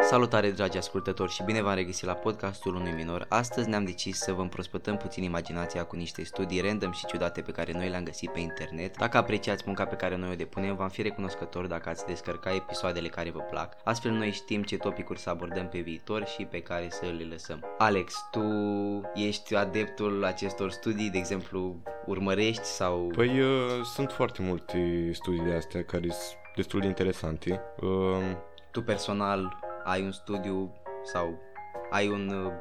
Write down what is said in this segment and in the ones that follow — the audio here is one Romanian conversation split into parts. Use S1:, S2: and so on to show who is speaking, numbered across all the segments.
S1: Salutare dragi ascultători și bine v-am regăsit la podcastul unui minor. Astăzi ne-am decis să vă împrospătăm puțin imaginația cu niște studii random și ciudate pe care noi le-am găsit pe internet. Dacă apreciați munca pe care noi o depunem, v-am fi recunoscător dacă ați descărca episoadele care vă plac. Astfel noi știm ce topicuri să abordăm pe viitor și pe care să le lăsăm. Alex, tu ești adeptul acestor studii, de exemplu, urmărești sau...
S2: Păi uh, sunt foarte multe studii de astea care sunt destul de interesante. Uh,
S1: tu personal ai un studiu sau ai un uh,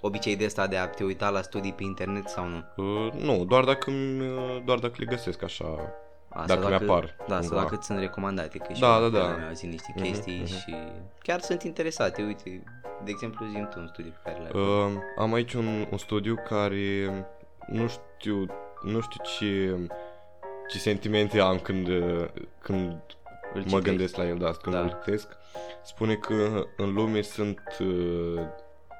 S1: obicei de ăsta de a te uita la studii pe internet sau nu?
S2: uh, nu, doar dacă, îmi, uh, doar dacă le găsesc așa.
S1: Asta
S2: Dacă mi-apar,
S1: Da, sau
S2: cumva.
S1: dacă ți sunt recomandate, că și
S2: Da,
S1: eu
S2: da, da.
S1: pe mea auzit niște
S2: Mhm,
S1: chestii
S2: mhm.
S1: și chiar sunt interesate, uite, de exemplu zi tu un studiu pe care l-ai.
S2: Uh, am aici un, un studiu care nu știu, nu știu ce, ce sentimente am când, uh, când
S1: Îl
S2: mă
S1: citești.
S2: gândesc la el, da, când
S1: Da.
S2: îl citesc. Spune că în lume sunt uh,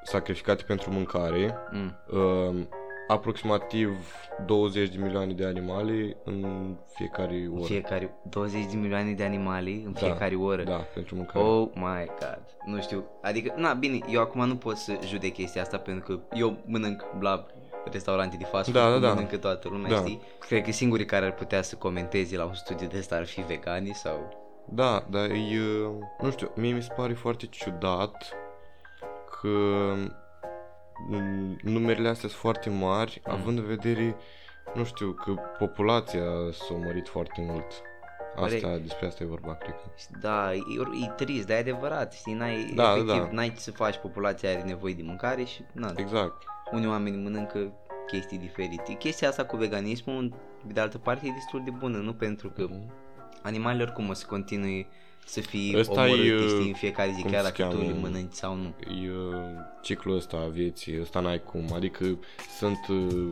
S2: sacrificate pentru mâncare
S1: Mm.
S2: Um, aproximativ 20 de milioane de animale în fiecare
S1: În
S2: oră.
S1: fiecare 20 de milioane de animale în
S2: Da,
S1: fiecare oră.
S2: Da, pentru mâncare.
S1: Oh my god. Nu știu. Adică, na, bine, eu acum nu pot să judec chestia asta pentru că eu mănânc la restaurante de fast food,
S2: Da, da, da.
S1: mănâncă toată lumea,
S2: Da.
S1: știi? Cred că singurii care ar putea să comenteze la un studiu de ăsta ar fi veganii sau...
S2: Da, dar e, uh, nu știu, mie mi se pare foarte ciudat că mm, numerele astea sunt foarte mari,
S1: Mm.
S2: având în vedere, nu știu, că populația s-a mărit foarte mult. Asta,
S1: Corect.
S2: despre asta e vorba, cred că.
S1: Da, e, e trist, dar e adevărat, știi, n-ai,
S2: Da,
S1: efectiv,
S2: da.
S1: n-ai ce să faci, populația are nevoie de mâncare și, na,
S2: Exact.
S1: unii oameni mănâncă chestii diferite. Chestia asta cu veganismul, de altă parte, e destul de bună, nu pentru că
S2: Mhm. Mm.
S1: animalele oricum o să continui să fii
S2: Ăsta
S1: omorât,
S2: e, uh,
S1: știi, în fiecare zi,
S2: cum
S1: chiar
S2: se
S1: dacă tu
S2: cheamă?
S1: le mănânci sau nu.
S2: e uh, ciclul ăsta a vieții, ăsta n-ai cum, adică sunt uh,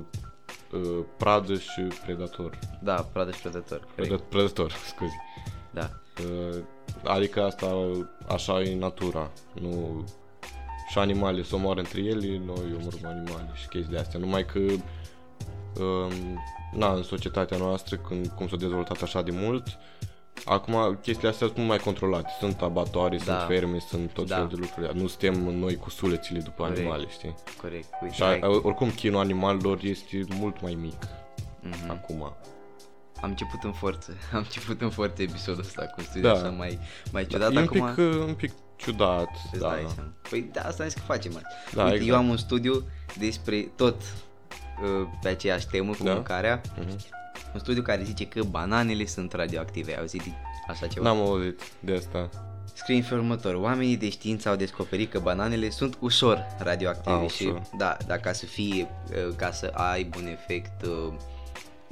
S2: uh, pradă și predator,
S1: Da, pradă și prădător, cred,
S2: Predă- predător, scuze.
S1: da.
S2: Uh, adică asta așa e natura, nu și animale se omoară între ele, noi omorâm animale și chestii de astea, numai că um, na, în societatea noastră, când, cum s-a dezvoltat așa de mult, acum chestiile astea sunt mult mai controlate, sunt abatoare,
S1: Da.
S2: sunt ferme, sunt tot
S1: Da.
S2: felul de lucruri, nu suntem noi cu sulețile după
S1: Corect.
S2: animale, știi?
S1: Corect, uite,
S2: Și a,
S1: hai,
S2: a- oricum chinul animalelor este mult mai mic
S1: Mhm.
S2: acum.
S1: am început în forță, am început în forță episodul ăsta cu studii
S2: Da.
S1: așa mai, mai ciudat,
S2: e un
S1: Deci, acum...
S2: pic, uh, un pic ciudat,
S1: Să-ți
S2: da.
S1: dai seama. Păi da, asta am zis că facem mai.
S2: Da,
S1: Uite,
S2: exact.
S1: eu am un studiu despre tot uh, pe aceeași temă cu
S2: Da?
S1: mâncarea.
S2: Mhm.
S1: Un studiu care zice că bananele sunt radioactive. Ai auzit de așa ceva?
S2: N-am auzit de asta.
S1: Scrie în felul următor. Oamenii de știință au descoperit că bananele sunt ușor radioactive
S2: A, Ah, ușor.
S1: și da, da, ca să fie, uh, ca să aibă un efect uh,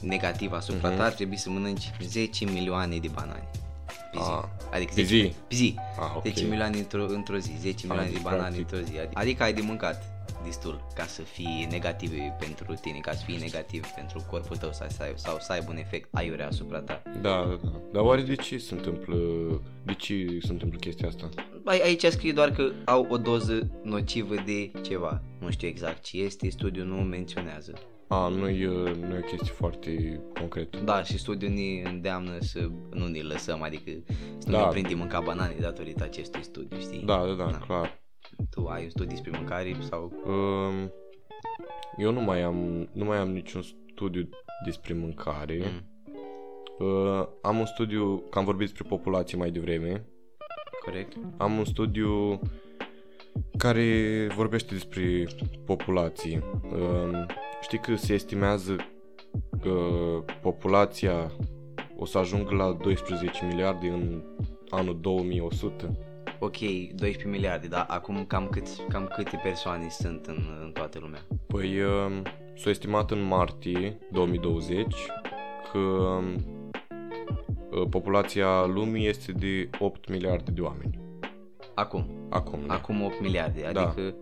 S1: negativ asupra
S2: Mhm.
S1: ta, ar trebui să mănânci 10 milioane de banane. Pe zi.
S2: A,
S1: Adică
S2: Ah, pe
S1: 10
S2: zi?
S1: Pe zi.
S2: A, ok.
S1: 10 milioane într-o, într-o zi, 10 milioane de
S2: deci,
S1: banane
S2: practic.
S1: într-o zi. Adică, adică ai de mâncat destul ca să fii negativ pentru tine, ca să fii negativ pentru corpul tău sau să, ai, sau să aibă un efect aiurea asupra ta.
S2: Da, da, da. Dar oare de ce se întâmplă, de ce se întâmplă chestia asta?
S1: Ai- Aici scrie doar că au o doză nocivă de ceva. Nu știu exact ce este, studiul nu menționează.
S2: A, nu e, uh, nu e o chestie foarte concretă.
S1: Da, și studiul ne îndeamnă să nu ne lăsăm, adică să nu
S2: Da.
S1: ne prindem în cabanane datorită acestui studiu, știi?
S2: Da, da, da,
S1: Da.
S2: clar.
S1: Tu ai un studiu despre mâncare sau...
S2: Um, eu nu mai am, nu mai am niciun studiu despre mâncare.
S1: Mm,
S2: Uh, am un studiu, că am vorbit despre populație mai devreme,
S1: corect?
S2: am un studiu care vorbește despre populații. Um, Știi că se estimează că populația o să ajungă la 12 miliarde în anul 2100.
S1: Ok, 12 miliarde, dar acum cam, cât, cam câte persoane sunt în, în toată lumea?
S2: Păi um, s-a estimat în martie 2020 că um, uh, populația lumii este de 8 miliarde de oameni.
S1: Acum,
S2: Acum. da.
S1: acum 8 miliarde,
S2: Da.
S1: adică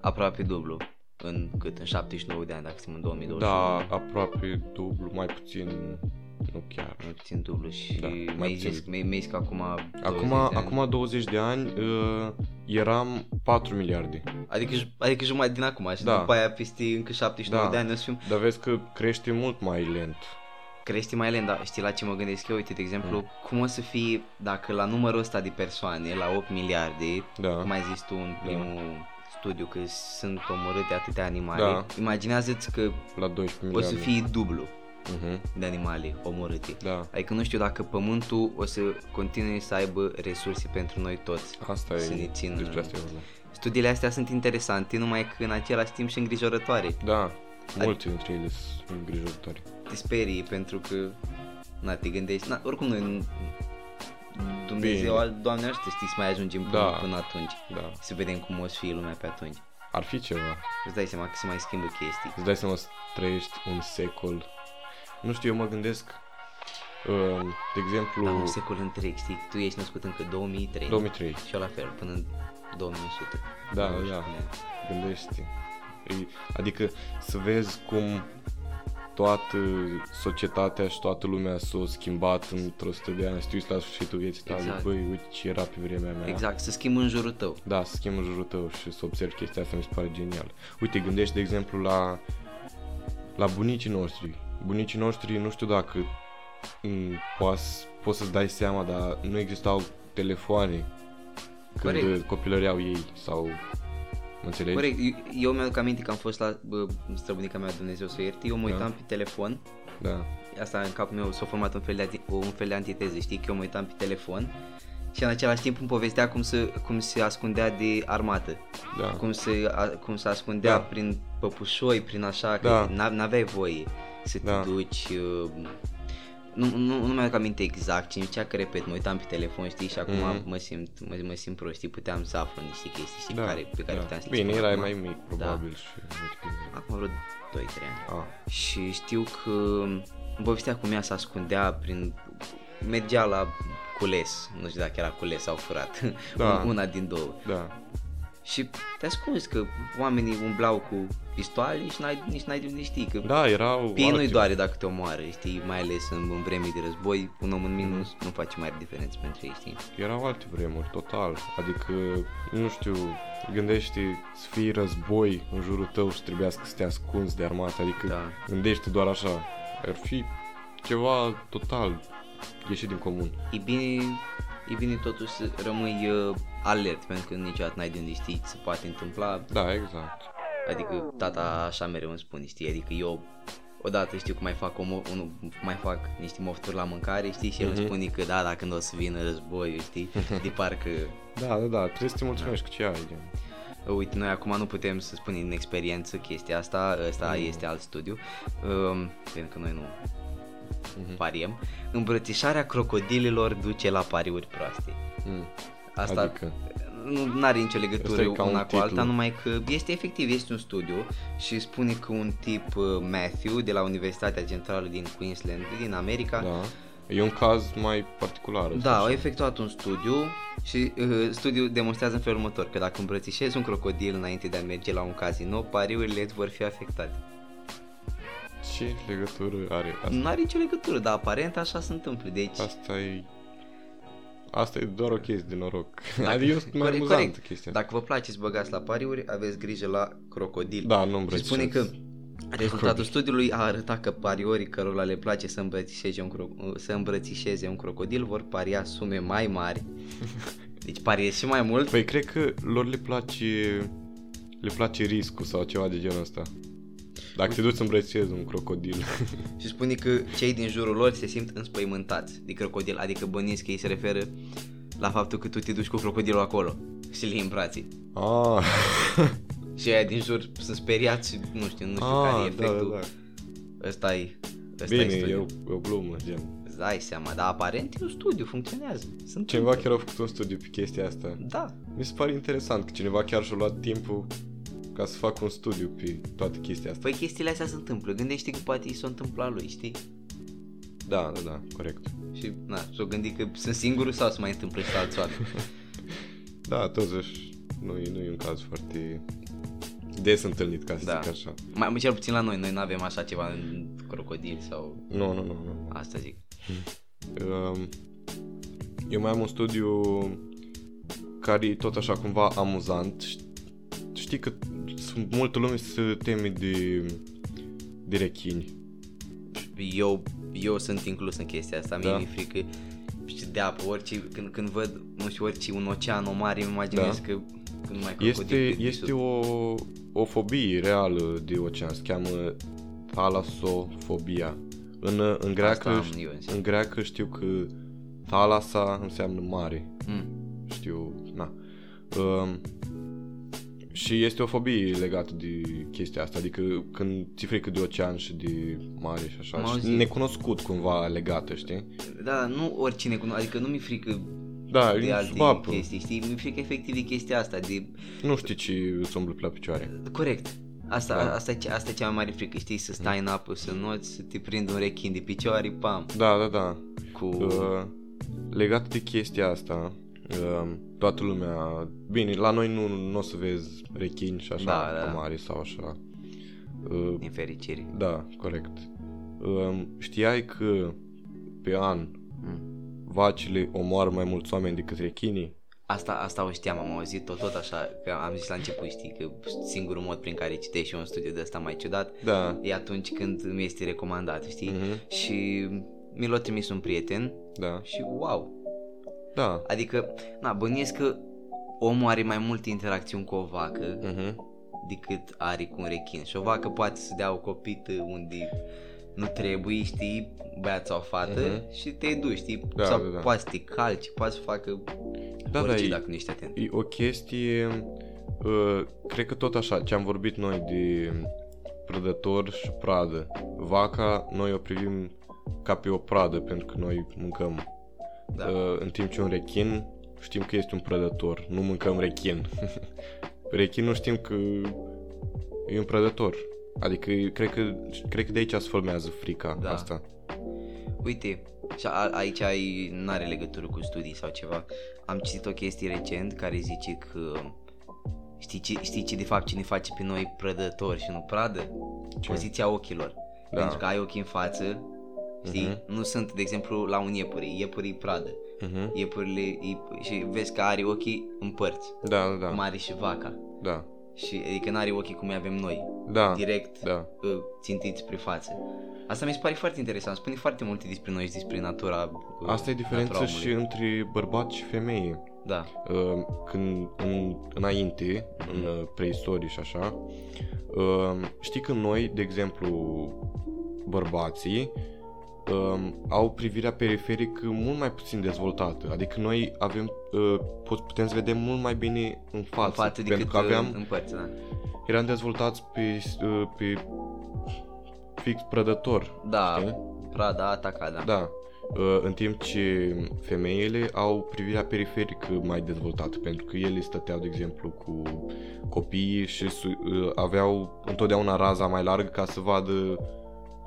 S1: aproape dublu în cât? În 79 de ani, dacă suntem în 2020.
S2: Da, aproape dublu, mai puțin, nu chiar.
S1: Mai puțin dublu și
S2: Da,
S1: da,
S2: mai
S1: mai
S2: puțin.
S1: zis, mi-ai mi-ai zis că acum 20
S2: Acum,
S1: de ani.
S2: acum 20 de ani uh, eram 4 miliarde.
S1: Adică, ju- adică jumătate din acum și da.
S2: Da.
S1: după aia peste încă 79 da.
S2: Da.
S1: de ani o să fim...
S2: Dar vezi că crește mult mai lent.
S1: Crești mai lent, dar știi la ce mă gândesc eu? Uite, de exemplu,
S2: Mm.
S1: cum o să fii dacă la numărul ăsta de persoane, la 8 miliarde,
S2: Da.
S1: cum ai zis tu în primul studiu că sunt omorâte atâtea animale,
S2: Da.
S1: imaginează-ți că
S2: La 12
S1: o să
S2: miliarde.
S1: fii dublu
S2: Mhm.
S1: de animale omorâte.
S2: Da.
S1: Adică nu știu dacă pământul o să continue să aibă resurse pentru noi toți.
S2: Asta
S1: Să
S2: e,
S1: ne țin-
S2: despre asta e vorba.
S1: Studiile astea sunt interesante, numai că în același timp și îngrijorătoare.
S2: Da, mulți dintre ele sunt îngrijorători.
S1: Te sperii pentru că, na, te gândești, na, oricum noi, nu- Dumnezeu,
S2: Bine.
S1: al- Doamne ajută, știi, să mai ajungem până,
S2: Da.
S1: până atunci.
S2: Da.
S1: Să vedem cum o să fie lumea pe atunci.
S2: Ar fi ceva.
S1: Îți dai seama că se mai schimbă chestii.
S2: Îți dai seama să trăiești un secol. Nu știu, eu mă gândesc, um, de exemplu,
S1: Dar un secol întreg, știi, tu ești născut încă 2003
S2: 2003.
S1: și eu la fel, până în 2100.
S2: Da,
S1: 1900.
S2: da. Gândește. E- Adică să vezi cum toată societatea și toată lumea s-a schimbat într-o sută de ani. Știi, uiți la sfârșitul vieții tale,
S1: Exact.
S2: băi, uite ce era pe vremea mea.
S1: Exact, să schimbi în jurul tău.
S2: Da, să schimbi în jurul tău și să observi chestia asta mi se pare genial. Uite, gândești de exemplu la, la bunicii noștri. Bunicii noștri, nu știu dacă m, poți, poți să-ți dai seama, dar nu existau telefoane când
S1: Corect.
S2: copilăreau ei sau... Mă înțelegi?
S1: Corect, eu- eu mi-aduc aminte că am fost la bă, străbunica mea, Dumnezeu să o ierte, eu mă
S2: Da.
S1: uitam pe telefon,
S2: Da.
S1: asta în capul meu s-a format un fel de, anti- un fel de antiteză, știi, că eu mă uitam pe telefon și în același timp îmi povestea cum se, cum se ascundea de armată,
S2: Da.
S1: cum se, a, cum se ascundea
S2: Da.
S1: prin păpușoi, prin așa, că
S2: Da.
S1: n- n-aveai voie să te
S2: Da.
S1: duci... uh, Nu, nu, nu mi-aduc aminte exact ce zicea, că repet, mă uitam pe telefon, știi, și acum
S2: Mhm.
S1: mă simt, mă, mă simt prost, știi, puteam să aflu niște chestii, știi,
S2: da.
S1: care, pe care
S2: da.
S1: puteam să le
S2: Bine,
S1: spun
S2: erai
S1: acum. Da.
S2: mai mic, probabil, și... nu știu. Ah,
S1: acum vreo 2-3 ani.
S2: A,
S1: Și știu că îmi povestea cum ea se ascundea prin... Mergea la cules, nu știu dacă era cules sau furat,
S2: Da.
S1: una din două.
S2: da.
S1: Și te ascunzi că oamenii umblau cu pistoale și n-ai, nici n-ai de unde știi că
S2: Da, erau...
S1: pe ei nu-i
S2: alții.
S1: doare dacă te omoară, știi, mai ales în, în vreme de război, un om în minus nu face mari diferențe pentru ei, știi?
S2: erau alte vremuri, total. Adică, nu știu, gândește să fii război în jurul tău și trebuiască să te ascunzi de armată, adică
S1: Da.
S2: gândește doar așa. Ar fi ceva total ieșit din comun.
S1: E bine, e bine totuși să rămâi uh, alert, pentru că niciodată n-ai de unde știi, se poate întâmpla,
S2: Da, exact.
S1: Adică tata așa mereu îmi spune, știi, adică eu odată știu că mai fac, o mo- unul, mai fac niște mofturi la mâncare, știi, și el îmi spune că da, dacă când o să vină războiul, știi, de parcă,
S2: Da, da, da, trebuie să te mulțumești cu ce ai. gen.
S1: uite, noi acum nu putem să spunem în experiență chestia asta, ăsta este alt studiu, um, pentru că noi nu pariem, îmbrățișarea crocodililor duce la pariuri proaste.
S2: Mm.
S1: Asta
S2: Adică?
S1: nu are nicio legătură
S2: Asta e ca un
S1: una cu alta,
S2: titlu.
S1: numai că este efectiv, este un studiu și spune că un tip uh, Matthew de la Universitatea Centrală din Queensland, din America,
S2: Da. E un caz mai particular.
S1: da,
S2: ăsta.
S1: au efectuat un studiu și uh, studiul demonstrează în felul următor că dacă îmbrățișezi un crocodil înainte de a merge la un casino, pariurile îți vor fi afectate.
S2: Ce legătură are asta?
S1: Nu are nicio legătură, dar aparent așa se întâmplă, deci...
S2: Asta e... Asta e doar o chestie de noroc.
S1: Dacă-
S2: adică e mai
S1: Corect,
S2: amuzantă
S1: corect.
S2: chestia.
S1: Dacă vă place să băgați la pariuri, aveți grijă la crocodil.
S2: Da, nu
S1: Și spune
S2: îmbrățișez.
S1: că rezultatul studiului a arătat că pariorii cărora le place să îmbrățișeze un, cro- să îmbrățișeze un crocodil vor paria sume mai mari. Deci pariezi și mai mult.
S2: Păi cred că lor le place le place riscul sau ceva de genul ăsta. Dacă te duci să îmbrățișezi un crocodil.
S1: Și spune că cei din jurul lor se simt înspăimântați de crocodil, adică bănuiesc că ei se referă la faptul că tu te duci cu crocodilul acolo și le îmbrații.
S2: ah,
S1: Și aia din jur sunt speriați și nu știu, nu știu care e
S2: ah da, da,
S1: efectul.
S2: da.
S1: Ăsta e, ăsta e
S2: Bine,
S1: studiul.
S2: e o, e o glumă, gen.
S1: Îți dai seama, dar aparent e un studiu, funcționează. Sunt
S2: Cineva chiar a făcut un studiu pe chestia asta.
S1: Da,
S2: Mi se pare interesant că cineva chiar și-a luat timpul ca să facă un studiu pe toată chestia asta.
S1: Păi chestiile astea se întâmplă, gândește că poate i s-a întâmplat lui, știi?
S2: Da, da, da, corect.
S1: Și na, s-o gândit că sunt singurul sau se mai întâmplă și la alți oameni.
S2: Da, totuși, nu, e- nu e un caz foarte des întâlnit, ca să
S1: Da.
S2: zic așa.
S1: Mai mult cel puțin la noi, noi nu avem așa ceva în crocodil sau
S2: Nu, nu, nu, nu.
S1: asta zic.
S2: Um, Eu mai am un studiu care e tot așa cumva amuzant. Ș- Știi că sunt multă lume se teme de, de rechini.
S1: Eu eu sunt inclus în chestia asta, mie
S2: Da.
S1: mi-e frică și de apă, orice, când, când văd, nu știu, orice un ocean, o mare, îmi imaginez
S2: Da.
S1: că că nu mai
S2: Este,
S1: crocodil, că
S2: este
S1: sub-
S2: o, o fobie reală de ocean, se cheamă talasofobia. În, în,
S1: Asta
S2: greacă,
S1: am eu în
S2: în greacă știu că talasa înseamnă mare,
S1: Mm.
S2: știu, na. Um, și este o fobie legată de chestia asta, adică când ți frică de ocean și de mare și
S1: Am
S2: așa, și
S1: auzit.
S2: necunoscut cumva legată, știi?
S1: Da, nu oricine, cuno- adică nu mi-e frică
S2: Da,
S1: de
S2: e
S1: alte
S2: sub apă,
S1: chestii, știi? Mi-e frică efectiv de chestia asta, de...
S2: nu știi ce îți umblă pe la picioare.
S1: Corect. Asta,
S2: Da.
S1: asta, e ce- asta e cea mai mare frică, știi? Să stai în apă, să noți, să te prind un rechin de picioare, pam,
S2: Da, da, da.
S1: cu...
S2: Uh, legat de chestia asta, uh, toată lumea, bine, la noi nu, nu o să vezi rechini și așa,
S1: Da, da.
S2: pe mare sau așa. Uh,
S1: Din fericire.
S2: da, corect. Uh, știai că pe an
S1: Mm.
S2: vacile omoară mai mulți oameni decât rechinii?
S1: Asta, asta o știam, am auzit tot, tot așa, că am zis la început, știi, că singurul mod prin care citești și eu un studiu de ăsta mai ciudat
S2: Da.
S1: e atunci când mi este recomandat, știi?
S2: Mhm,
S1: Și mi l-a trimis un prieten
S2: da,
S1: și wow,
S2: da.
S1: Adică, na, bănuiesc că omul are mai multe interacțiuni cu o vacă
S2: Mhm.
S1: decât are cu un rechin. Și o vacă poate să dea o copită unde nu trebuie, știi, băiat sau fată
S2: Mhm.
S1: și te duci, știi?
S2: Da,
S1: sau
S2: da, da.
S1: poate să te calci, poate să facă
S2: Da, da,
S1: orice
S2: e,
S1: dacă nu ești atent.
S2: e o chestie, uh, cred că tot așa, ce am vorbit noi de prădător și pradă. Vaca, noi o privim ca pe o pradă, pentru că noi mâncăm.
S1: Da.
S2: Uh, în timp ce un rechin, știm că este un prădător, nu mâncăm rechin. Rechinul știm că e un prădător. Adică, cred că, cred că de aici se formează frica
S1: Da.
S2: asta.
S1: Uite, și a, aici ai, n-are legătură cu studii sau ceva. Am citit o chestie recent care zice că știi ce, știi ce de fapt cine face pe noi prădători și nu pradă?
S2: Ce?
S1: Poziția ochilor.
S2: Da.
S1: Pentru că ai ochii în față, știi?
S2: Mhm.
S1: Nu sunt, de exemplu, la un iepure. Iepurii pradă.
S2: Uh-huh.
S1: Iepurile, iep- și vezi că are ochii în părți,
S2: Da, da, da.
S1: cum are și vaca.
S2: Da.
S1: Și, adică n-are ochii cum îi avem noi,
S2: Da.
S1: direct
S2: Da.
S1: uh, țintiți spre față. Asta mi se pare foarte interesant, spune foarte multe despre noi și despre natura uh,
S2: Asta e diferența
S1: natura
S2: și
S1: omului.
S2: între bărbați și femeie.
S1: Da,
S2: Uh, Când în, înainte,
S1: Mhm.
S2: în uh, preistorie și așa, uh, știi că noi, de exemplu, bărbații uh, au privirea periferică mult mai puțin dezvoltată. Adică noi avem uh, pot- putem să vedem mult mai bine în față,
S1: în față
S2: pentru
S1: decât
S2: că aveam
S1: în părți, da.
S2: eram dezvoltați pe uh, pe fix prădător.
S1: Da,
S2: știi?
S1: prada ataca, da.
S2: Da. Uh, În timp ce femeile au privirea periferică mai dezvoltată, pentru că ele stăteau, de exemplu, cu copiii și su- uh, aveau întotdeauna raza mai largă ca să vadă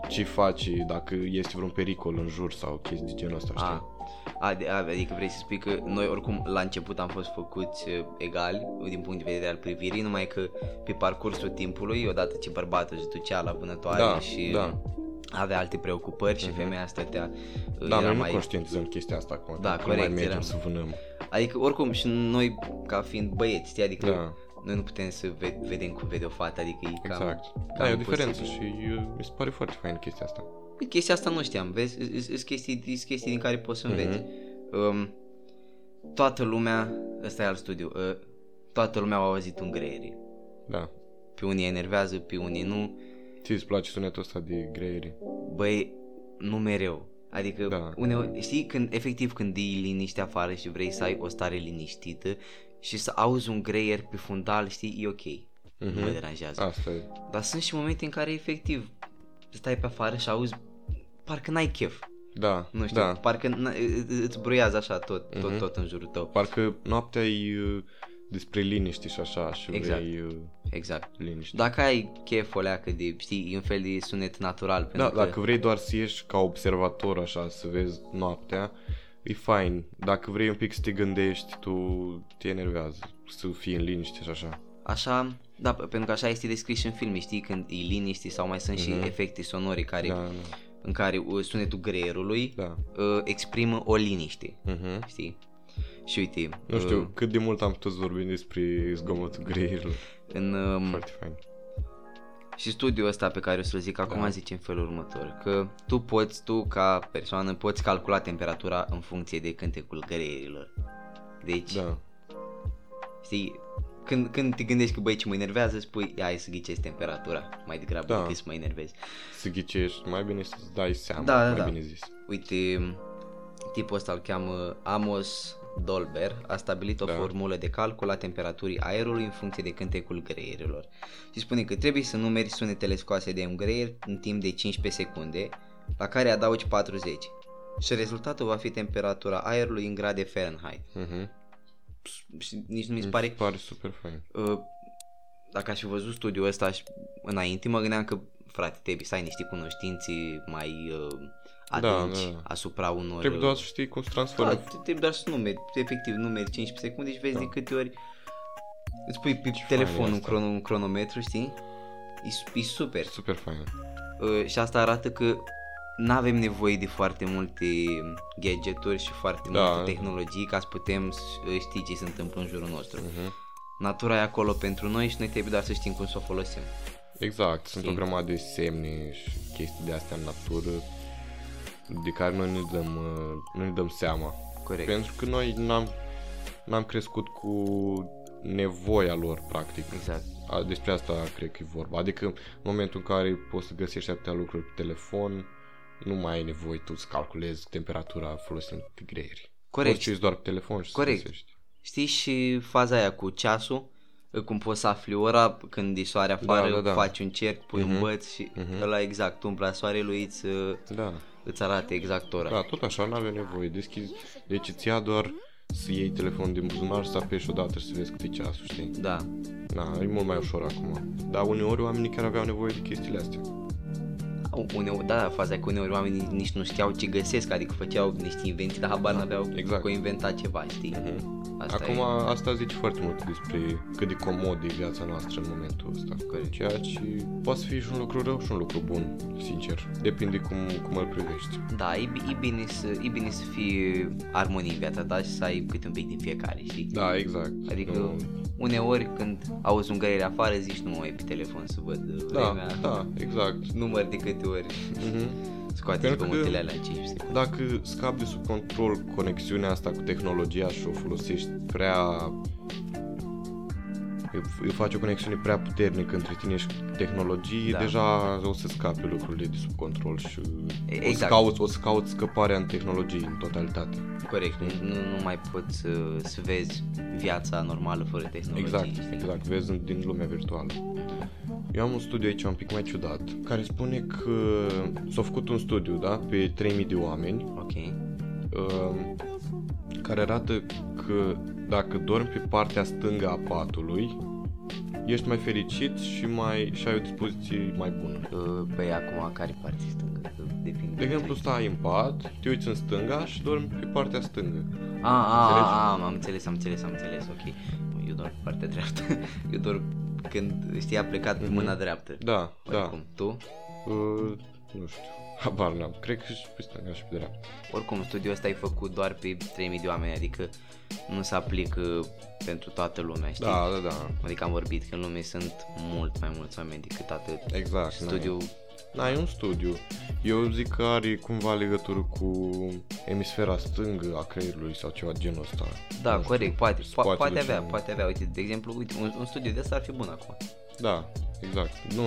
S2: ce face, dacă este vreun pericol în jur sau chestii de genul ăsta,
S1: A,
S2: știi?
S1: Ah. a, de, a, adică vrei să spui că noi oricum la început am fost făcuți uh, egali din punct de vedere al privirii, numai că pe parcursul timpului, odată ce bărbatul își ducea la vânătoare
S2: Da,
S1: și
S2: da. Mhm.
S1: avea alte preocupări și femeia stătea uh,
S2: Da,
S1: era
S2: noi nu
S1: mai...
S2: conștientizăm chestia asta acum,
S1: Da,
S2: că nu mai
S1: corect,
S2: mergem
S1: eram.
S2: să vânăm.
S1: Adică oricum și noi ca fiind băieți, știi? adică
S2: Da.
S1: noi nu putem să ve- vedem cum vede o fată, adică e cam...
S2: Exact. Da, e o diferență și uh, mi se pare foarte fain chestia asta.
S1: Bă, Păi Chestia asta nu știam, vezi? Sunt chestii, îs chestii din care poți să înveți. Um, toată lumea, ăsta e al studiu, uh, toată lumea a auzit un greiere.
S2: Da.
S1: Pe unii enervează, pe unii nu.
S2: Ți îți place sunetul ăsta de greiere?
S1: Băi, nu mereu. Adică,
S2: Da.
S1: uneori, știi, când, efectiv când iei liniște afară și vrei să ai o stare liniștită și să auzi un greier pe fundal, știi, e ok. Nu mă deranjează.
S2: Asta e.
S1: Dar sunt și momente în care, efectiv, stai pe afară și auzi, parcă n-ai chef.
S2: Da,
S1: Nu știu,
S2: da.
S1: parcă n- î- î- îți bruiază așa tot, tot,
S2: Mhm.
S1: tot în jurul tău.
S2: Parcă noaptea e uh, despre liniște și așa și
S1: Exact.
S2: vrei uh,
S1: Exact.
S2: liniște.
S1: Dacă ai chef o leacă de, știi, e un fel de sunet natural.
S2: Da,
S1: pentru că-
S2: dacă vrei doar să ieși ca observator așa, să vezi noaptea, e fain. Dacă vrei un pic să te gândești, tu te enervează să fii în liniște și așa.
S1: Așa, da, p- pentru că așa este descris și în filme, știi, când e liniște sau mai sunt
S2: Mhm.
S1: și efecte sonore care,
S2: Da, da,
S1: în care uh, sunetul greierului
S2: da.
S1: uh, exprimă o liniște,
S2: Mhm.
S1: știi? Și uite,
S2: Nu știu,
S1: uh,
S2: cât de mult am putut să vorbim despre zgomotul greierului.
S1: în, um,
S2: Foarte fain.
S1: Și studiul ăsta pe care o să-l zic acum
S2: Da.
S1: zice în felul următor Că tu poți, tu ca persoană, poți calcula temperatura în funcție de cântecul greierilor Deci,
S2: Da.
S1: știi, când, când te gândești că băi ce mă enervează, spui hai să ghicesc temperatura Mai degrabă
S2: Da.
S1: decât să mă enervezi
S2: Să ghicești, mai bine să-ți dai seama,
S1: Da, da,
S2: mai
S1: da.
S2: bine zis.
S1: Uite, tipul ăsta îl cheamă Amos Dolber, a stabilit o
S2: Da.
S1: formulă de calcul a temperaturii aerului în funcție de cântecul greierilor și spune că trebuie să numeri sunetele scoase de un greier în timp de 15 secunde, la care adaugi 40 și rezultatul va fi temperatura aerului în grade Fahrenheit.
S2: Mhm.
S1: Și nici nu mi se Deci- pare...
S2: pare super fain.
S1: Uh, dacă aș fi văzut studiul ăsta aș, înainte, mă gândeam că, frate, trebuie să ai niște cunoștințe mai uh, adânci da,
S2: da.
S1: da. asupra unor...
S2: Trebuie
S1: uh,
S2: doar să știi cum se transformă.
S1: Da, trebuie doar să numeri, efectiv numeri 15 secunde și vezi
S2: Da.
S1: de câte ori îți pui pe
S2: fain
S1: telefon
S2: e
S1: un,
S2: asta.
S1: crono, un cronometru, știi? E, su- e super.
S2: Super fain.
S1: Uh, și asta arată că nu avem nevoie de foarte multe gadgeturi și foarte
S2: Da.
S1: multe tehnologii ca să putem s- uh, ști ce se întâmplă în jurul nostru.
S2: Mhm.
S1: Natura e acolo pentru noi și noi trebuie doar să știm cum să o folosim.
S2: Exact, sunt o
S1: Știi?
S2: grămadă de semne și chestii de astea în natură de care noi nu ne dăm, uh, nu ne dăm seama.
S1: Corect.
S2: Pentru că noi n-am, n-am crescut cu nevoia lor, practic.
S1: Exact.
S2: A, despre asta cred că e vorba. Adică în momentul în care poți să găsești atâtea lucruri pe telefon, nu mai ai nevoie tu să calculezi temperatura folosind greieri.
S1: Corect.
S2: Poți să doar pe telefon și
S1: Corect.
S2: să găsești.
S1: Știi și faza aia cu ceasul? Cum poți să afli ora când e soare afară, da, da, da. faci un cerc, pui uh-huh. un băț și uh-huh. ăla exact, umbra soarelui îți, uh,
S2: Da.
S1: îți arată exact ora.
S2: Da, tot așa, n-avea nevoie. Deschizi, deci îți ia doar să iei telefon din buzunar și să apeși odată și să vezi cât e ceasul, știi?
S1: Da.
S2: Na, e mult mai ușor acum. Dar uneori oamenii chiar aveau nevoie de chestiile astea.
S1: Uneori, da, faza e că uneori oamenii nici nu știau ce găsesc, adică făceau niște invenții, dar habar n-aveau
S2: exact. Mhm.
S1: că au inventat ceva, știi? Asta
S2: acum
S1: e.
S2: asta zice foarte mult despre cât de comod e viața noastră în momentul ăsta.
S1: Corect.
S2: Ceea ce poate să fie și un lucru rău și un lucru bun, sincer. Depinde cum, cum îl privești.
S1: Da, e, bi- e, bine să, e bine să fii armonie în viața ta și să ai câte un pic din fiecare, știi?
S2: Da, exact.
S1: Adică
S2: Nu-
S1: uneori când auzi un găiere afară zici nu mă mai pe telefon să văd uh,
S2: Da,
S1: vremea.
S2: da, exact.
S1: număr de câte ori
S2: Mhm.
S1: scoateți
S2: Pentru că-
S1: pământele alea în 15 secunde.
S2: Dacă scapi de sub control conexiunea asta cu tehnologia și o folosești prea... îi faci o conexiune prea puternică între tine și tehnologii,
S1: Da.
S2: da. deja o să scape lucrurile de sub control și o, să
S1: exact.
S2: cauți, o să cauți scăparea în tehnologii în totalitate.
S1: Corect, nu, nu, nu mai poți să, să vezi viața normală fără tehnologie.
S2: Exact,
S1: știi?
S2: exact, vezi în- din lumea virtuală. Eu am un studiu aici un pic mai ciudat, care spune că s-a făcut un studiu, da, pe 3000 de oameni
S1: Ok,
S2: um, care arată că dacă dormi pe partea stângă a patului, ești mai fericit și mai și ai o dispoziție mai bună.
S1: Uh, păi acum care parte stângă? Că Depinde.
S2: De exemplu, stai în pat, te uiți în stânga și dormi pe partea stângă.
S1: a, a,
S2: înțelegi?
S1: a, a, Ah, am înțeles, am înțeles, am înțeles, ok. Eu doar pe partea dreaptă. Eu doar când, știi, a plecat mm-hmm. mâna dreaptă.
S2: Da, da.
S1: Oricum, tu?
S2: Uh, nu știu. Habar n-am. Cred că și pe stânga și pe dreapta.
S1: Oricum, studiul ăsta e făcut doar pe 3000 de oameni, adică nu se aplică pentru toată lumea, știi?
S2: Da, da, da.
S1: Adică am vorbit că în lume sunt mult mai mulți oameni decât atât.
S2: Exact. n-ai-
S1: Studiu,
S2: Da, e un studiu. Eu zic că are cumva legătură cu emisfera stângă a creierului sau ceva genul ăsta.
S1: da,
S2: Nu știu.
S1: corect, poate,
S2: Se
S1: po- poate
S2: duce
S1: avea,
S2: în-
S1: poate avea, uite, de exemplu, uite, un, un studiu de asta ar fi bun acum.
S2: Da, exact. Nu,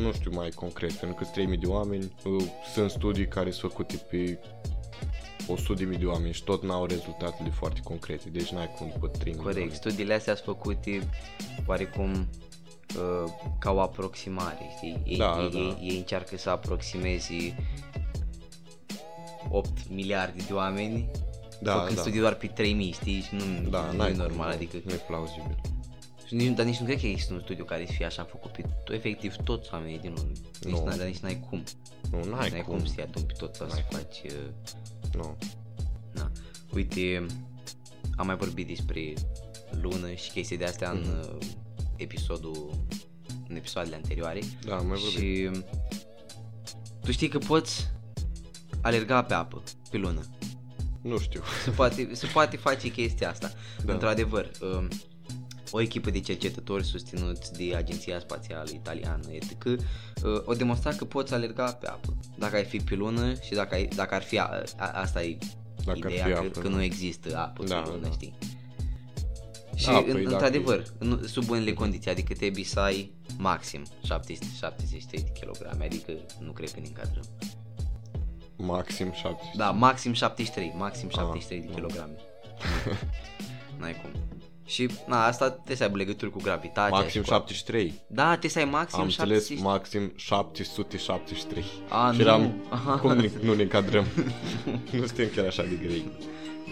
S2: nu știu mai concret, pentru că sunt 3000 de oameni, uh, sunt studii care sunt făcute pe 100.000 de oameni și tot n-au rezultatele foarte concrete, deci n-ai cum după 3000 de
S1: Corect,
S2: oameni.
S1: studiile astea sunt făcute oarecum uh, ca o aproximare, știi? Ei,
S2: Da,
S1: ei,
S2: da.
S1: Ei, ei încearcă să aproximezi 8 miliarde de oameni
S2: Da,
S1: făcând
S2: da.
S1: studii doar pe 3000, știi? Și nu,
S2: Da,
S1: nu e
S2: n-ai cum,
S1: normal, adică
S2: Nu e plauzibil.
S1: Și nici, dar nici nu cred că există un studiu care să fie așa făcut pe to- efectiv toți oamenii din lume. Nici,
S2: Nu.
S1: n-ai, dar nici n-ai cum.
S2: Nu, n-ai,
S1: N-ai cum, să-i aduni pe toți sau să faci... uh,
S2: Nu.
S1: Na. Uite, am mai vorbit despre lună și chestii de astea în
S2: Mhm.
S1: uh, episodul în episoadele anterioare.
S2: Da, am mai vorbit.
S1: Și tu știi că poți alerga pe apă, pe lună.
S2: Nu știu. Da.
S1: se poate, se poate face chestia asta. Da. Într-adevăr, um, O echipă de cercetători susținuți de Agenția Spațială Italiană ETC uh, o demonstrat că poți alerga pe apă. Dacă ai fi pe lună și dacă, ai, dacă ar fi, a, a, asta e
S2: Dacă ar
S1: ideea,
S2: fi
S1: că,
S2: apă,
S1: că
S2: da.
S1: nu există apă
S2: Da,
S1: pe lună,
S2: da.
S1: știi? Și
S2: Da,
S1: în,
S2: păi dacă
S1: într-adevăr, în, sub unele condiții, adică trebuie să ai maxim 700 73 de kg, adică nu cred că ne încadrăm.
S2: Maxim 70.
S1: Da, maxim 73, maxim
S2: Ah,
S1: 73 de
S2: da.
S1: kilograme. N-ai cum. Și, na, asta trebuie să aibă legături cu gravitația.
S2: Maxim
S1: și cu...
S2: 73.
S1: Da, trebuie să ai maxim
S2: Am înțeles
S1: 73.
S2: maxim 773.
S1: A,
S2: și
S1: nu.
S2: eram, cum ne, nu ne încadrăm? nu suntem chiar așa de grei.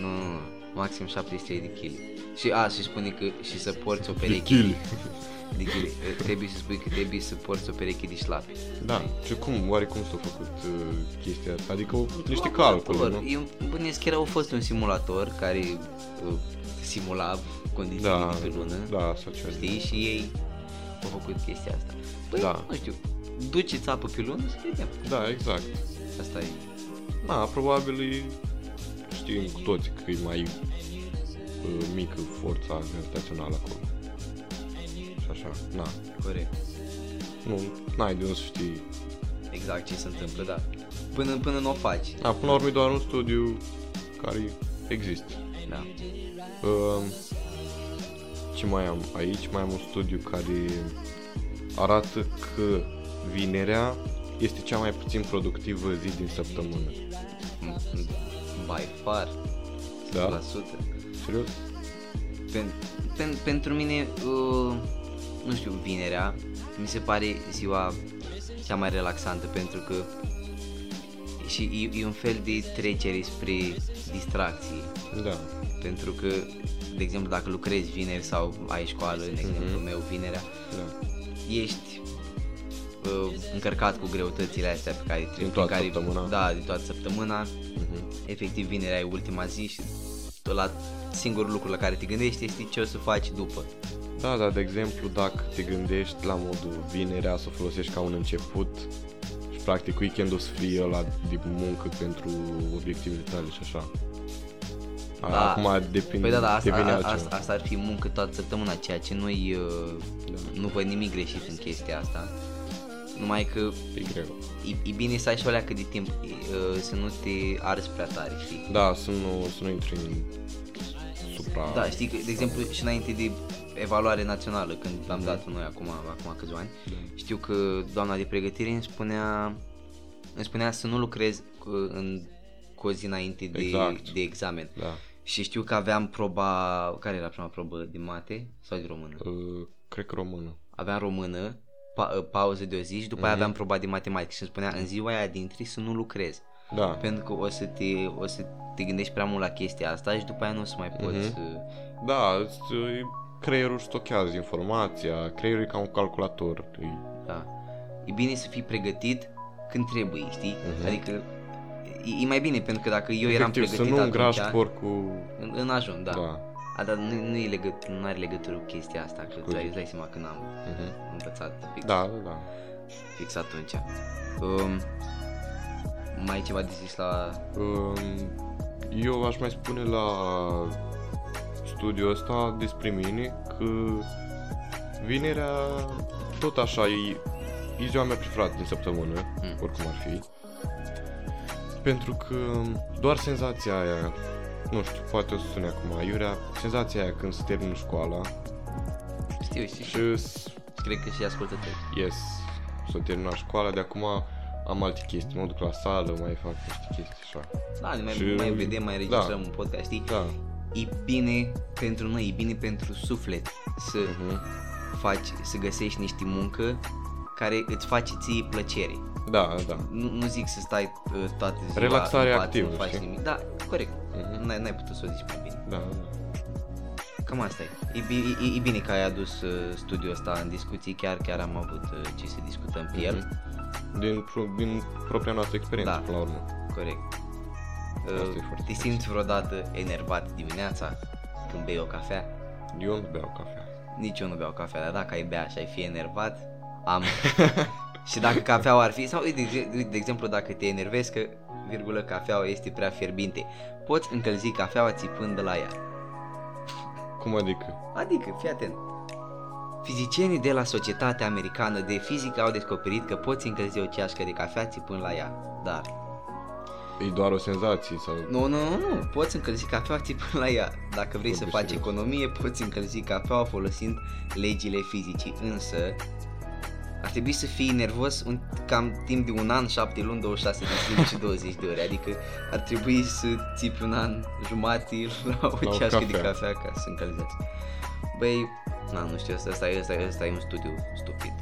S1: Nu, nu, nu, maxim 73 de kg. Și, a, și spune că și să porți o
S2: De
S1: pereche
S2: kill.
S1: de kg. Trebuie să spui că trebuie să porți o pereche de șlapi.
S2: Da, și cum, oare cum s-a făcut uh, chestia asta? Adică o, niște calcule,
S1: Calculator.
S2: nu?
S1: Eu bănesc că era- a fost un simulator care uh, simula condițiile
S2: Da,
S1: de pe lună.
S2: da, sau ceva.
S1: Știi? Și ei au făcut chestia asta. Păi,
S2: Da.
S1: nu știu, duceți apă pe lună să vedem.
S2: Da, exact.
S1: Asta e.
S2: Da, probabil e, știm cu toți că e mai uh, mică forța gravitațională acolo. Și așa, na.
S1: Corect.
S2: Nu, n-ai de unde să știi.
S1: Exact ce se întâmplă, da. Până, până nu o faci.
S2: Da, până la urmă e doar un studiu care există.
S1: Da.
S2: Um, ce mai am aici? Mai am un studiu care arată că vinerea este cea mai puțin productivă zi din săptămână.
S1: By far.
S2: Da.
S1: 100%.
S2: Serios?
S1: Pen, pen, pentru mine, uh, nu știu, vinerea, mi se pare ziua cea mai relaxantă pentru că și e, e un fel de trecere spre distracție.
S2: Da.
S1: Pentru că, de exemplu, dacă lucrezi vineri sau ai școală, în
S2: Mhm.
S1: exemplu meu, vinerea,
S2: Da.
S1: ești uh, încărcat cu greutățile astea pe care trebuie.
S2: toată
S1: care,
S2: săptămâna.
S1: Da, din toată săptămâna.
S2: Mhm.
S1: Efectiv, vinerea e ultima zi și tot la singurul lucru la care te gândești este ce o să faci după.
S2: Da, dar de exemplu, dacă te gândești la modul vinerea să o folosești ca un început și practic weekendul să fie la de muncă pentru obiectivele tale și așa. A,
S1: Da.
S2: Acum depinde,
S1: Păi da, da, asta,
S2: devine
S1: a,
S2: altceva.
S1: asta, asta ar fi muncă toată săptămâna, ceea ce noi uh,
S2: Da.
S1: nu văd nimic greșit în chestia asta. Numai că
S2: E greu.
S1: e, e bine să ai și o leacă de timp, uh, să nu te arzi prea tare, știi?
S2: Da, să nu, să nu intri în supra...
S1: Da, știi, că, de exemplu, și înainte de evaluare națională, când am dat noi acum, acum câțiva ani, știu că doamna de pregătire îmi spunea, îmi spunea să nu lucrez cu, în, cu o zi înainte de,
S2: Exact.
S1: de examen.
S2: Da.
S1: Și știu că aveam proba, care era prima probă, de mate sau de română?
S2: Uh, cred că română.
S1: Aveam română, pa, pauză de o zi și după aia aveam proba de matematică și îmi spunea în ziua aia dintre să nu lucrez.
S2: Da.
S1: Pentru că o să te, o să te gândești prea mult la chestia asta și după aia nu o să mai
S2: Mhm.
S1: poți... uh,
S2: Da, îți- îi- creierul stochează informația, creierul e ca un calculator. E...
S1: Da. E bine să fii pregătit când trebuie, știi?
S2: Mhm.
S1: Adică e, e mai bine pentru că dacă eu eram
S2: Efectiv, să
S1: pregătit
S2: nu îngrași
S1: atunci,
S2: porcul...
S1: în, în ajun, da. da.
S2: da.
S1: A, dar nu, nu, e legătură, nu are legătură cu chestia asta, că
S2: Scuze.
S1: tu ai- îți dai seama când am
S2: Mhm.
S1: învățat fix,
S2: Da, da, da.
S1: fix atunci. Um, mai ai ceva de zis la
S2: Um, Eu aș mai spune la studiul ăsta despre mine că vinerea tot așa e, e ziua mea preferată din săptămână,
S1: Mm.
S2: oricum ar fi. Pentru că doar senzația aia, nu știu, poate o să sune acum aiurea, senzația aia când se termină școala
S1: Știu, știu, știu.
S2: și s-
S1: Cred că și ascultători.
S2: ies, s-a terminat școala, de acum am alte chestii, mă duc la sală, mai fac niște chestii așa.
S1: Da, ne mai,
S2: Și-
S1: mai vedem, mai
S2: da.
S1: registrăm da. un podcast, știi?
S2: Da.
S1: E bine pentru noi, e bine pentru suflet să
S2: Mhm.
S1: faci, să găsești niște muncă care îți face ție plăcere.
S2: Da, da.
S1: Nu, nu zic să stai uh, toată ziua
S2: Relaxare
S1: în pat,
S2: activă,
S1: nu faci
S2: știi?
S1: nimic. Da, corect.
S2: Mhm.
S1: N-ai, n-ai putut să o zici mai bine.
S2: Da, da.
S1: Cam asta e. E, bi- e, e bine că ai adus uh, studiul ăsta în discuții, chiar chiar am avut uh, ce să discutăm pe el.
S2: Mhm. Din, pro- din propria noastră experiență,
S1: Da.
S2: până la urmă.
S1: Corect.
S2: Asta e
S1: Uh,
S2: foarte
S1: te
S2: bine.
S1: simți vreodată enervat dimineața când bei o cafea?
S2: Eu nu beau cafea.
S1: Nici eu nu beau cafea, dar dacă ai bea și ai fi enervat, am. și dacă cafeaua ar fi, sau uite, de, uite, de exemplu, dacă te enervezi că, virgulă, cafeaua este prea fierbinte, poți încălzi cafeaua țipând de la ea.
S2: Cum adică?
S1: Adică, fii atent. Fizicienii de la Societatea Americană de Fizică au descoperit că poți încălzi o ceașcă de cafea țipând la ea. Dar...
S2: E doar o senzație sau...
S1: Nu, nu, nu, nu. Poți încălzi cafea țipând la ea. Dacă vrei să
S2: Vorbesc
S1: faci
S2: serios.
S1: economie, poți încălzi cafeaua folosind legile fizicii. Însă, ar trebui să fii nervos un, cam timp de un an, 7 luni, 26 de zile și 20 de ore. Adică ar trebui să țipi un an jumate la o
S2: La o
S1: ceașcă de
S2: cafea.
S1: cafea ca să încălzească. Băi, na, nu știu, asta, asta, e- asta, e- asta e un studiu stupid.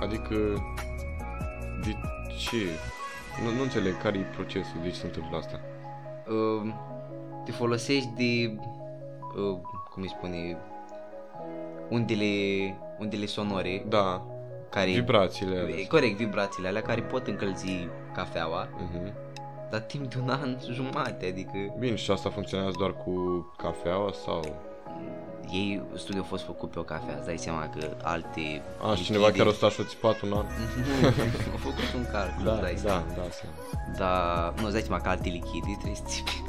S2: Adică... De ce? Nu, nu înțeleg care e procesul, de ce se întâmplă asta.
S1: Uh, te folosești de, uh, cum îi spune, undele, undele sonore
S2: Da,
S1: care...
S2: vibrațiile alea.
S1: Corect, vibrațiile alea care pot încălzi cafeaua,
S2: Mhm.
S1: dar timp de un an jumate, adică
S2: Bine, și asta funcționează doar cu cafeaua sau...
S1: ei, studiul a fost făcut pe o cafea, îți dai seama că alte...
S2: A, și cineva chiar o stat și o țipat un an?
S1: a făcut un calcul, îți Mm. dai
S2: da,
S1: seama.
S2: da, seama.
S1: Dar, nu, îți dai seama că alte lichidii trebuie să țipi.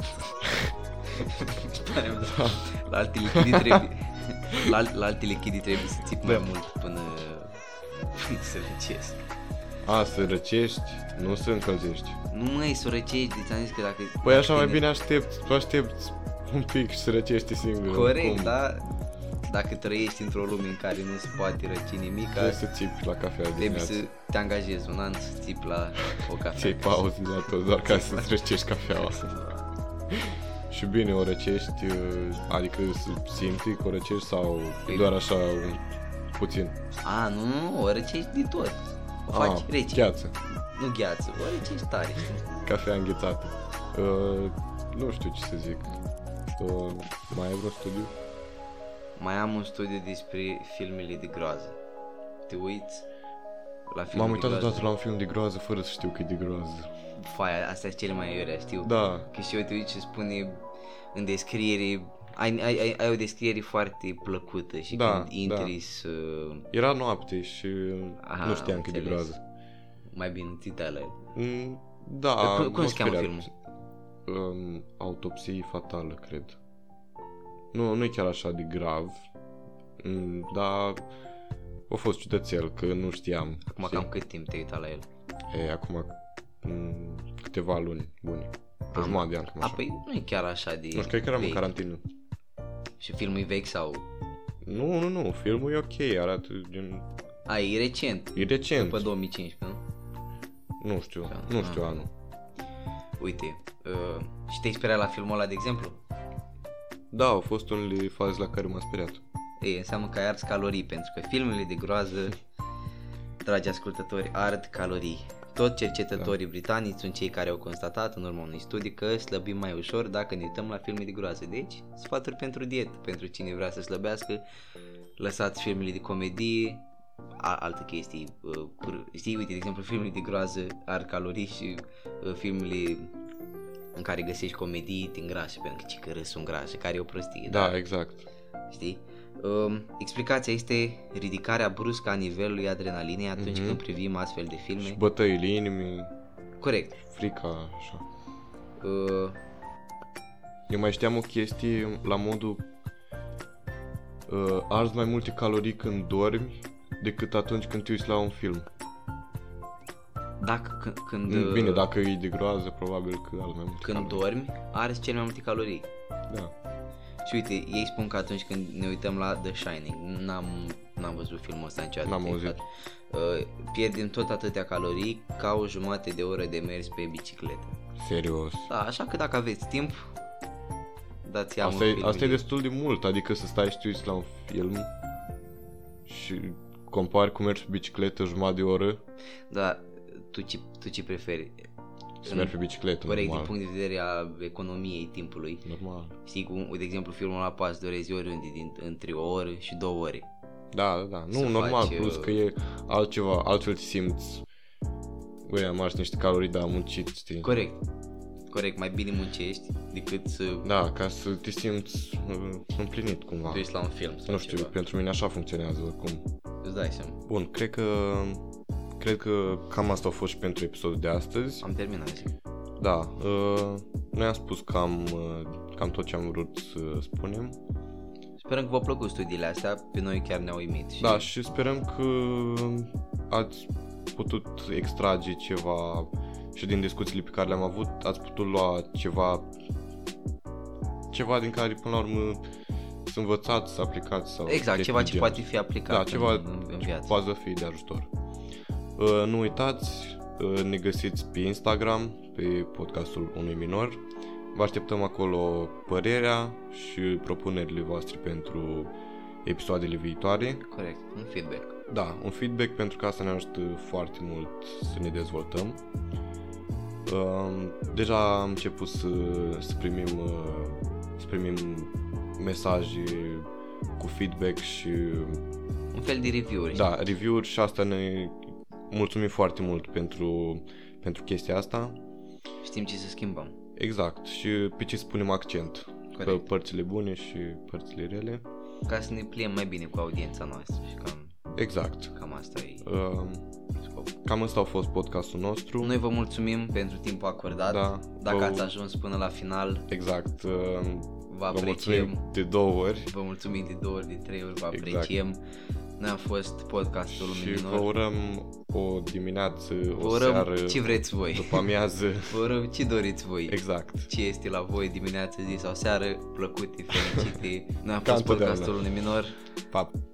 S1: Pare da. La alte lichidii trebuie... La, al- la alte lichidii trebuie să țipi
S2: Da.
S1: mai mult până, până să răcești.
S2: A, să răcești, nu să încălzești.
S1: Nu mai să răcești, deci am zis că dacă...
S2: Păi
S1: dacă
S2: așa mai
S1: te-
S2: bine aștepți, tu aștepți un pic și să răcești singur.
S1: Corect,
S2: Cum?
S1: da? Dacă trăiești într-o lume în care nu se poate răci nimic,
S2: Trebuie să țipi la cafea
S1: Da. trebuie să
S2: dimineața.
S1: te angajezi un an să țipi la o cafea.
S2: Ți-ai pauză de la tot doar ca să-ți răcești cafeaua. Și bine, o răcești, uh, adică să simți că o răcești sau
S1: Păi-
S2: doar așa un- puțin?
S1: A, nu, nu, nu, o răcești de tot. O
S2: Ah,
S1: faci rece.
S2: Gheață,
S1: Nu gheață, o răcești tare. știi?
S2: cafea înghețată. Uh, nu știu ce să zic. Uh, mai ai vreun studiu?
S1: Mai am un studiu despre filmele de groază. Te uiți la filme
S2: M-am uitat
S1: de groază?
S2: odată la un film de groază fără să știu că e de groază.
S1: Fai, astea sunt cele mai iurea, știu.
S2: Da,
S1: Că și eu te uiți și spune în descriere, ai, ai, ai, ai o descriere foarte plăcută și
S2: Da,
S1: când intri
S2: da.
S1: să...
S2: era noapte și uh,
S1: Aha,
S2: nu știam
S1: am
S2: că e de
S1: înțeles.
S2: groază.
S1: Mai bine titele.
S2: Mm, Da,
S1: Cum- cum
S2: m-a
S1: se cheamă
S2: speriat.
S1: filmul?
S2: Um, autopsie fatală, cred. Nu, nu e chiar așa de grav, mm, dar a fost ciudățel, că nu știam.
S1: Acum
S2: știi?
S1: cam cât timp te-ai uitat la el?
S2: E, acum mm, câteva luni bune. Pe
S1: Am-
S2: jumătate de an, cam
S1: A,
S2: așa.
S1: păi nu e chiar așa de
S2: Nu știu, cred că eram în
S1: vechi.
S2: carantină.
S1: Și filmul e vechi sau...
S2: Nu, nu, nu, filmul e ok, arată din...
S1: A, e recent,
S2: E recent.
S1: după 2015, nu?
S2: Nu știu,
S1: Da.
S2: nu știu
S1: Ah.
S2: anul.
S1: Uite, uh, și te-ai speriat la filmul ăla, de exemplu?
S2: Da, au fost unele faze la care m-am speriat.
S1: Ei, înseamnă că ai ars calorii, pentru că filmele de groază, dragi ascultători, ard calorii. Tot cercetătorii da. britanici sunt cei care au constatat în urma unui studiu că slăbim mai ușor dacă ne uităm la filme de groază. Deci, sfaturi pentru dietă, pentru cine vrea să slăbească, lăsați filmele de comedie, a- alte chestii. uh, pur- Știi, uite, de exemplu, filmele de groază ard calorii și uh, filmele în care găsești comedii te îngrașă, pentru că ci că râsul îngrașă, care e o prostie.
S2: Da,
S1: dar-
S2: exact.
S1: Știi? Um, explicația este ridicarea bruscă a nivelului adrenalinei atunci
S2: Mhm.
S1: când privim astfel de
S2: Și
S1: filme.
S2: bătăile inimii,
S1: Corect.
S2: frica, așa.
S1: Uh,
S2: Eu mai știam o chestie la modul uh, arzi mai multe calorii când dormi decât atunci când te uiți la un film.
S1: dacă când, când,
S2: Da.
S1: uh,
S2: Bine, dacă e de groază, probabil că arzi mai multe
S1: când
S2: calorii.
S1: dormi, arzi cel mai multe calorii.
S2: Da.
S1: Și uite, ei spun că atunci când ne uităm la The Shining, n-am, n-am văzut filmul ăsta niciodată.
S2: N-am
S1: din
S2: auzit.
S1: păcate, Uh, pierdem tot atâtea calorii ca o jumătate de oră de mers pe bicicletă.
S2: Serios.
S1: Da, așa că dacă aveți timp, dați seama
S2: Asta e, asta e destul de mult, adică să stai și te uiți la un film și compari cu mergi pe bicicletă jumătate de oră
S1: Da, tu ce, tu ce preferi?
S2: să
S1: În-
S2: mergi pe bicicletă,
S1: Corect, din
S2: normal.
S1: punct de vedere a economiei timpului.
S2: Normal.
S1: Știi, cum, de exemplu, filmul ăla pas dorezi oriunde, din, între o oră și două ore.
S2: Da, da, da. Nu,
S1: Să
S2: normal,
S1: faci,
S2: plus
S1: uh,
S2: că e altceva, altfel te simți. Ui, am ars niște calorii, dar am muncit, știi?
S1: Corect. Corect, mai bine muncești decât să
S2: Da, ca să te simți uh, împlinit cumva.
S1: te duci la un film sau
S2: nu știu,
S1: ceva.
S2: pentru mine așa funcționează oricum.
S1: Îți dai seama.
S2: Bun, cred că cred că cam asta a fost și pentru episodul de astăzi.
S1: Am terminat.
S2: Da, uh, noi am spus cam, uh, cam tot ce am vrut să spunem.
S1: Sperăm că v-au plăcut studiile astea, pe noi chiar ne-au uimit. Și
S2: Da, și sperăm că ați putut extrage ceva și din discuțiile pe care le-am avut, ați putut lua ceva ceva din care până la urmă să învățați, să aplicați sau
S1: Exact,
S2: chestii
S1: ceva
S2: de
S1: ce
S2: genul.
S1: poate fi aplicat
S2: Da, ceva
S1: în, în, în
S2: ce
S1: viață.
S2: poate fi de ajutor. Uh, Nu uitați, uh, ne găsiți pe Instagram, pe podcastul unui minor. Vă așteptăm acolo părerea și propunerile voastre pentru episoadele viitoare.
S1: Corect, un feedback.
S2: Da, un feedback pentru că asta ne ajută foarte mult să ne dezvoltăm. Um, Deja am început să, să, primim, uh, să primim mesaje cu feedback și
S1: Un fel de review-uri.
S2: da, review-uri și asta ne mulțumim foarte mult pentru, pentru chestia asta.
S1: Știm ce să schimbăm.
S2: Exact, și pe ce să punem accent, pe
S1: Corect.
S2: părțile bune și părțile rele.
S1: Ca să ne pliem mai bine cu audiența noastră și cam,
S2: Exact.
S1: cam asta e
S2: Um,
S1: scopul.
S2: Cam ăsta a fost podcastul nostru.
S1: Noi vă mulțumim pentru timpul acordat.
S2: Da,
S1: Dacă
S2: vă-
S1: ați ajuns până la final,
S2: Exact. um,
S1: vă
S2: Vă
S1: apreciem.
S2: mulțumim de două ori
S1: Vă mulțumim de două ori, de trei ori, vă
S2: Exact.
S1: apreciem. Noi am fost podcastul
S2: și
S1: Luminor.
S2: vă urăm o dimineață,
S1: Vă
S2: o
S1: urăm
S2: seară,
S1: ce vreți voi.
S2: după amiază,
S1: Vă urăm ce doriți voi.
S2: exact.
S1: Ce este la voi dimineață, zi sau seară, plăcute, fericite. Noi am
S2: Ca
S1: fost
S2: întotdeauna.
S1: podcastul unui minor.
S2: Pa!